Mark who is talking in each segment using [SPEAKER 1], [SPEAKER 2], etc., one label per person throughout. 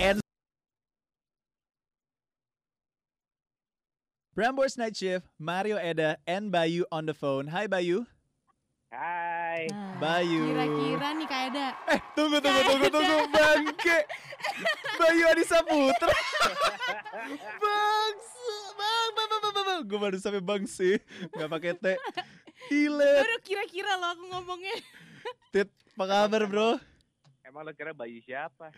[SPEAKER 1] And Prambors Night Shift, Mario Eda, and Bayu on the phone. Hi Bayu.
[SPEAKER 2] Hai.
[SPEAKER 3] Nah,
[SPEAKER 1] Bayu.
[SPEAKER 3] Kira-kira nih Kak Eda.
[SPEAKER 1] Eh, tunggu, tunggu, tunggu, tunggu, bangke. Bayu Adisa Putra. bangsa, bang, bang, bang, bang, bang, bang. Gue baru sampai bang sih, nggak pakai T. Gile,
[SPEAKER 3] Baru kira-kira loh aku ngomongnya.
[SPEAKER 1] Tit, apa kabar bro?
[SPEAKER 2] Emang lo kira bayi siapa?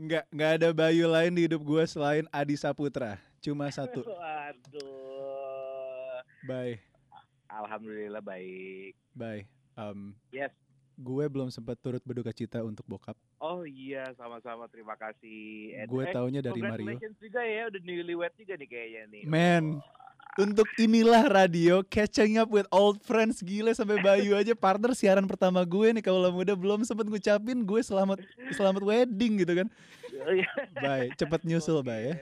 [SPEAKER 1] Nggak, nggak ada Bayu lain di hidup gue selain Adisa Putra. Cuma satu,
[SPEAKER 2] Waduh.
[SPEAKER 1] bye,
[SPEAKER 2] Alhamdulillah baik.
[SPEAKER 1] bye. Um,
[SPEAKER 2] Yes.
[SPEAKER 1] gue belum sempat turut berduka cita untuk bokap.
[SPEAKER 2] Oh iya, sama-sama terima kasih. And-
[SPEAKER 1] Gue
[SPEAKER 2] eh,
[SPEAKER 1] taunya dari Mario.
[SPEAKER 2] congratulations juga ya, udah newlywed juga nih kayaknya nih.
[SPEAKER 1] Man, untuk inilah radio catching up with old friends gile sampai Bayu aja partner siaran pertama gue nih kalau muda belum sempet ngucapin gue selamat selamat wedding gitu kan.
[SPEAKER 2] Oh, iya.
[SPEAKER 1] Baik, cepet nyusul bay ya.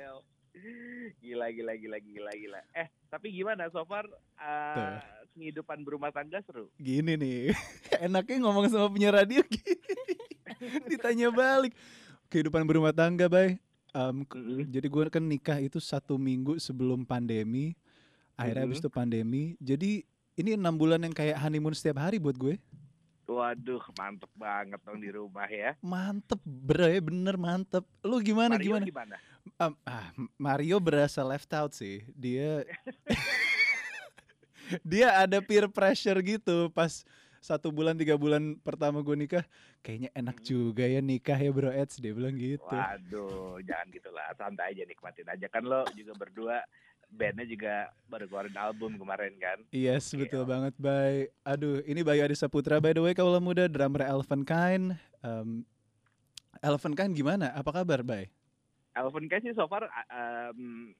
[SPEAKER 2] Gila, gila, gila, gila, gila. Eh, tapi gimana so far uh,
[SPEAKER 1] Tuh.
[SPEAKER 2] kehidupan berumah tangga seru?
[SPEAKER 1] Gini nih, enaknya ngomong sama punya radio gini. Ditanya balik. Kehidupan berumah tangga, Bay. Em, k- jadi gue kan nikah itu satu minggu sebelum pandemi. Akhirnya habis itu pandemi. Jadi ini enam bulan yang kayak honeymoon setiap hari buat gue.
[SPEAKER 2] Waduh, mantep banget dong di rumah ya.
[SPEAKER 1] Mantep bre, bener mantep. Lu gimana
[SPEAKER 2] Mario
[SPEAKER 1] gimana?
[SPEAKER 2] gimana?
[SPEAKER 1] Um, ah, Mario berasa left out sih. Dia dia ada peer pressure gitu pas satu bulan tiga bulan pertama gue nikah kayaknya enak
[SPEAKER 2] Mhm.
[SPEAKER 1] juga ya nikah ya bro Eds dia bilang gitu
[SPEAKER 2] Waduh, jangan gitulah. Santai aja nikmatin aja kan lo juga berdua bandnya juga baru keluarin album kemarin kan.
[SPEAKER 1] yes betul banget Bay aduh ini Bayu Adisa Putra by the way kalau muda drummer Elephant Kind um, Elephant Kind gimana apa kabar Bay
[SPEAKER 2] Alvin kan sih so far a- um,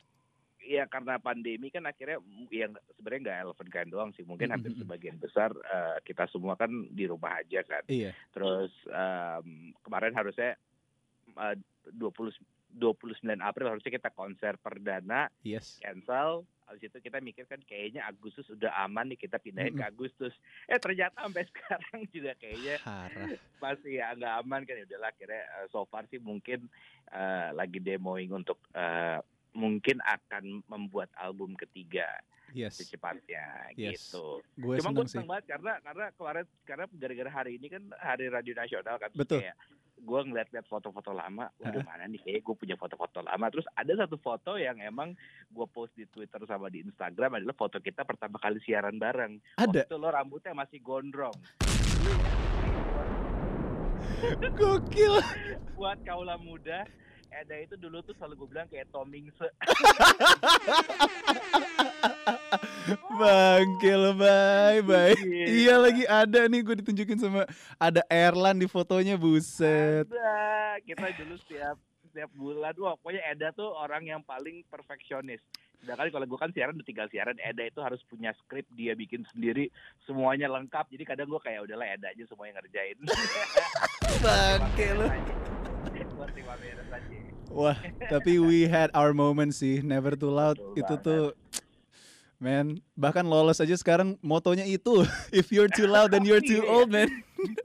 [SPEAKER 2] ya karena pandemi kan akhirnya m- ya nggak- sebenarnya nggak Alvin kan doang sih. Mungkin
[SPEAKER 1] Mm,
[SPEAKER 2] hampir
[SPEAKER 1] mm, mm.
[SPEAKER 2] sebagian besar eh, kita semua kan di rumah aja kan.
[SPEAKER 1] iya
[SPEAKER 2] Terus em, kemarin harusnya eh, 20 29 April harusnya kita konser perdana
[SPEAKER 1] yes
[SPEAKER 2] cancel. Habis itu kita mikir kan kayaknya Agustus udah aman nih kita pindahin ke Agustus. Eh ternyata sampai sekarang juga kayaknya
[SPEAKER 1] parah
[SPEAKER 2] masih agak aman kan. Ya Udahlah akhirnya eh, so far sih mungkin eh, lagi demoing untuk eh, mungkin akan membuat album ketiga
[SPEAKER 1] yes
[SPEAKER 2] secepatnya
[SPEAKER 1] Yes.
[SPEAKER 2] gitu.
[SPEAKER 1] gue
[SPEAKER 2] Cuma gue
[SPEAKER 1] seneng sih
[SPEAKER 2] seneng banget karena karena kemarin karena gara-gara hari ini kan hari radio nasional kan terus
[SPEAKER 1] Betul.
[SPEAKER 2] kayak gue ngeliat-liat foto-foto lama, waduh mana nih kayak gue punya foto-foto lama. Terus ada satu foto yang emang gue post di Twitter sama di Instagram adalah foto kita pertama kali siaran bareng.
[SPEAKER 1] ada
[SPEAKER 2] Waktu itu lo rambutnya masih gondrong.
[SPEAKER 1] gokil
[SPEAKER 2] Buat kaula muda, Eda itu dulu tuh selalu gue bilang kayak Tomingse.
[SPEAKER 1] Bangke lo bye bye.
[SPEAKER 2] Iya.
[SPEAKER 1] Iya lagi ada nih gue ditunjukin sama ada Erlan di fotonya buset.
[SPEAKER 2] Ada. Kita dulu setiap setiap bulan, wah pokoknya Eda tuh orang yang paling perfeksionis. Sedangkan kalau gue kan siaran udah tinggal siaran, Eda itu harus punya skrip dia bikin sendiri, semuanya lengkap. Jadi kadang gue kayak udahlah Eda aja semuanya ngerjain.
[SPEAKER 1] Bangke lo.
[SPEAKER 2] Buat terima beres aja.
[SPEAKER 1] Wah tapi we had our moment sih never too loud
[SPEAKER 2] Betul
[SPEAKER 1] itu
[SPEAKER 2] banget.
[SPEAKER 1] tuh. Man, bahkan lolos aja sekarang motonya itu If you're too loud then you're too
[SPEAKER 2] Iya.
[SPEAKER 1] old man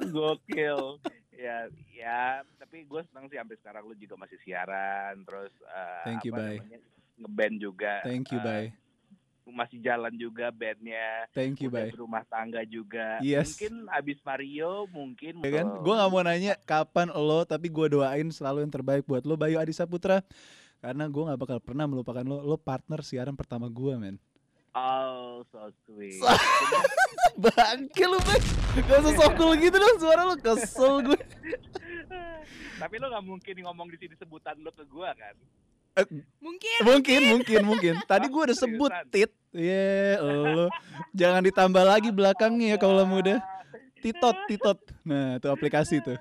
[SPEAKER 2] Gokil. ya, ya, tapi gue senang sih sampai sekarang lu juga masih siaran, terus eh,
[SPEAKER 1] Thank you,
[SPEAKER 2] apa
[SPEAKER 1] Bay.
[SPEAKER 2] namanya, ngeband juga.
[SPEAKER 1] Thank you
[SPEAKER 2] eh,
[SPEAKER 1] bye
[SPEAKER 2] Masih jalan juga bandnya.
[SPEAKER 1] Thank you
[SPEAKER 2] udah
[SPEAKER 1] bye
[SPEAKER 2] berumah tangga juga.
[SPEAKER 1] Yes.
[SPEAKER 2] Mungkin abis Mario, mungkin.
[SPEAKER 1] Ya kan? Gue gak mau nanya kapan lo, tapi gue doain selalu yang terbaik buat lo, Bayu Adisa Putra. Karena gue gak bakal pernah melupakan lo, lo partner siaran pertama gue, men.
[SPEAKER 2] Oh, so sweet.
[SPEAKER 1] Bangke lu, men. Gak usah sokul gitu dong suara lo, kesel gue.
[SPEAKER 2] Tapi lo gak mungkin ngomong di sini sebutan lo ke gue kan?
[SPEAKER 3] Mungkin
[SPEAKER 1] Mungkin, mungkin, mungkin. Tadi gue udah sebut, Tit. Ye, lo. Jangan ditambah lagi belakangnya ya kalau muda. Titot, titot. Nah, itu aplikasi tuh.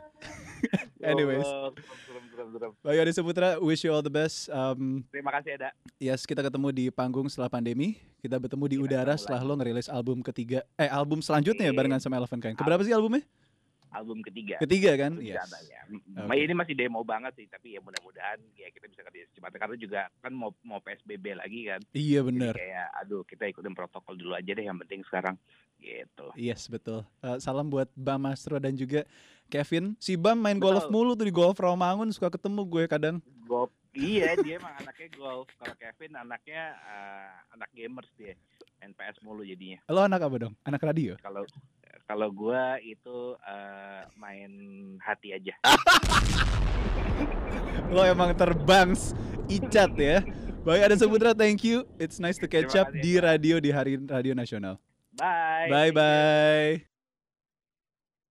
[SPEAKER 1] Anyways.
[SPEAKER 2] Ya Allah, serem, serem, serem.
[SPEAKER 1] Bayu Adisa Putra, wish you all the best. Um,
[SPEAKER 2] Terima kasih Eda.
[SPEAKER 1] Yes, kita ketemu di panggung setelah pandemi. Kita bertemu di
[SPEAKER 2] Kita
[SPEAKER 1] udara
[SPEAKER 2] ketemu
[SPEAKER 1] setelah lo ngerilis album ketiga, eh album selanjutnya ya
[SPEAKER 2] Oke.
[SPEAKER 1] barengan sama Elephant Kind. Keberapa sih albumnya?
[SPEAKER 2] Album ketiga.
[SPEAKER 1] Ketiga kan?
[SPEAKER 2] Terus
[SPEAKER 1] Yes.
[SPEAKER 2] katanya.
[SPEAKER 1] Oke.
[SPEAKER 2] Ma- Ini masih demo banget sih, tapi ya mudah-mudahan ya kita bisa kerja secepatnya karena juga kan mau mau PSBB lagi kan.
[SPEAKER 1] Iya
[SPEAKER 2] Jadi
[SPEAKER 1] bener.
[SPEAKER 2] kayak aduh kita ikutin protokol dulu aja deh yang penting sekarang gitu.
[SPEAKER 1] Yes betul. Eh, salam buat Bang Mastro dan juga Kevin, si Bam main
[SPEAKER 2] Betul.
[SPEAKER 1] golf mulu tuh di golf Rawamangun suka ketemu gue kadang.
[SPEAKER 2] Golf. Iya, dia emang anaknya golf. Kalau Kevin anaknya eh, anak gamers dia. NPS mulu jadinya.
[SPEAKER 1] Lo anak apa dong? Anak radio.
[SPEAKER 2] Kalau kalau gua itu eh, main hati aja.
[SPEAKER 1] Lo emang terbangs icat ya. Baik ada Saputra, thank you. It's nice to catch
[SPEAKER 2] Terima
[SPEAKER 1] up
[SPEAKER 2] kasih,
[SPEAKER 1] di
[SPEAKER 2] Kak.
[SPEAKER 1] radio di Hari Radio Nasional.
[SPEAKER 2] Bye.
[SPEAKER 1] Bye bye.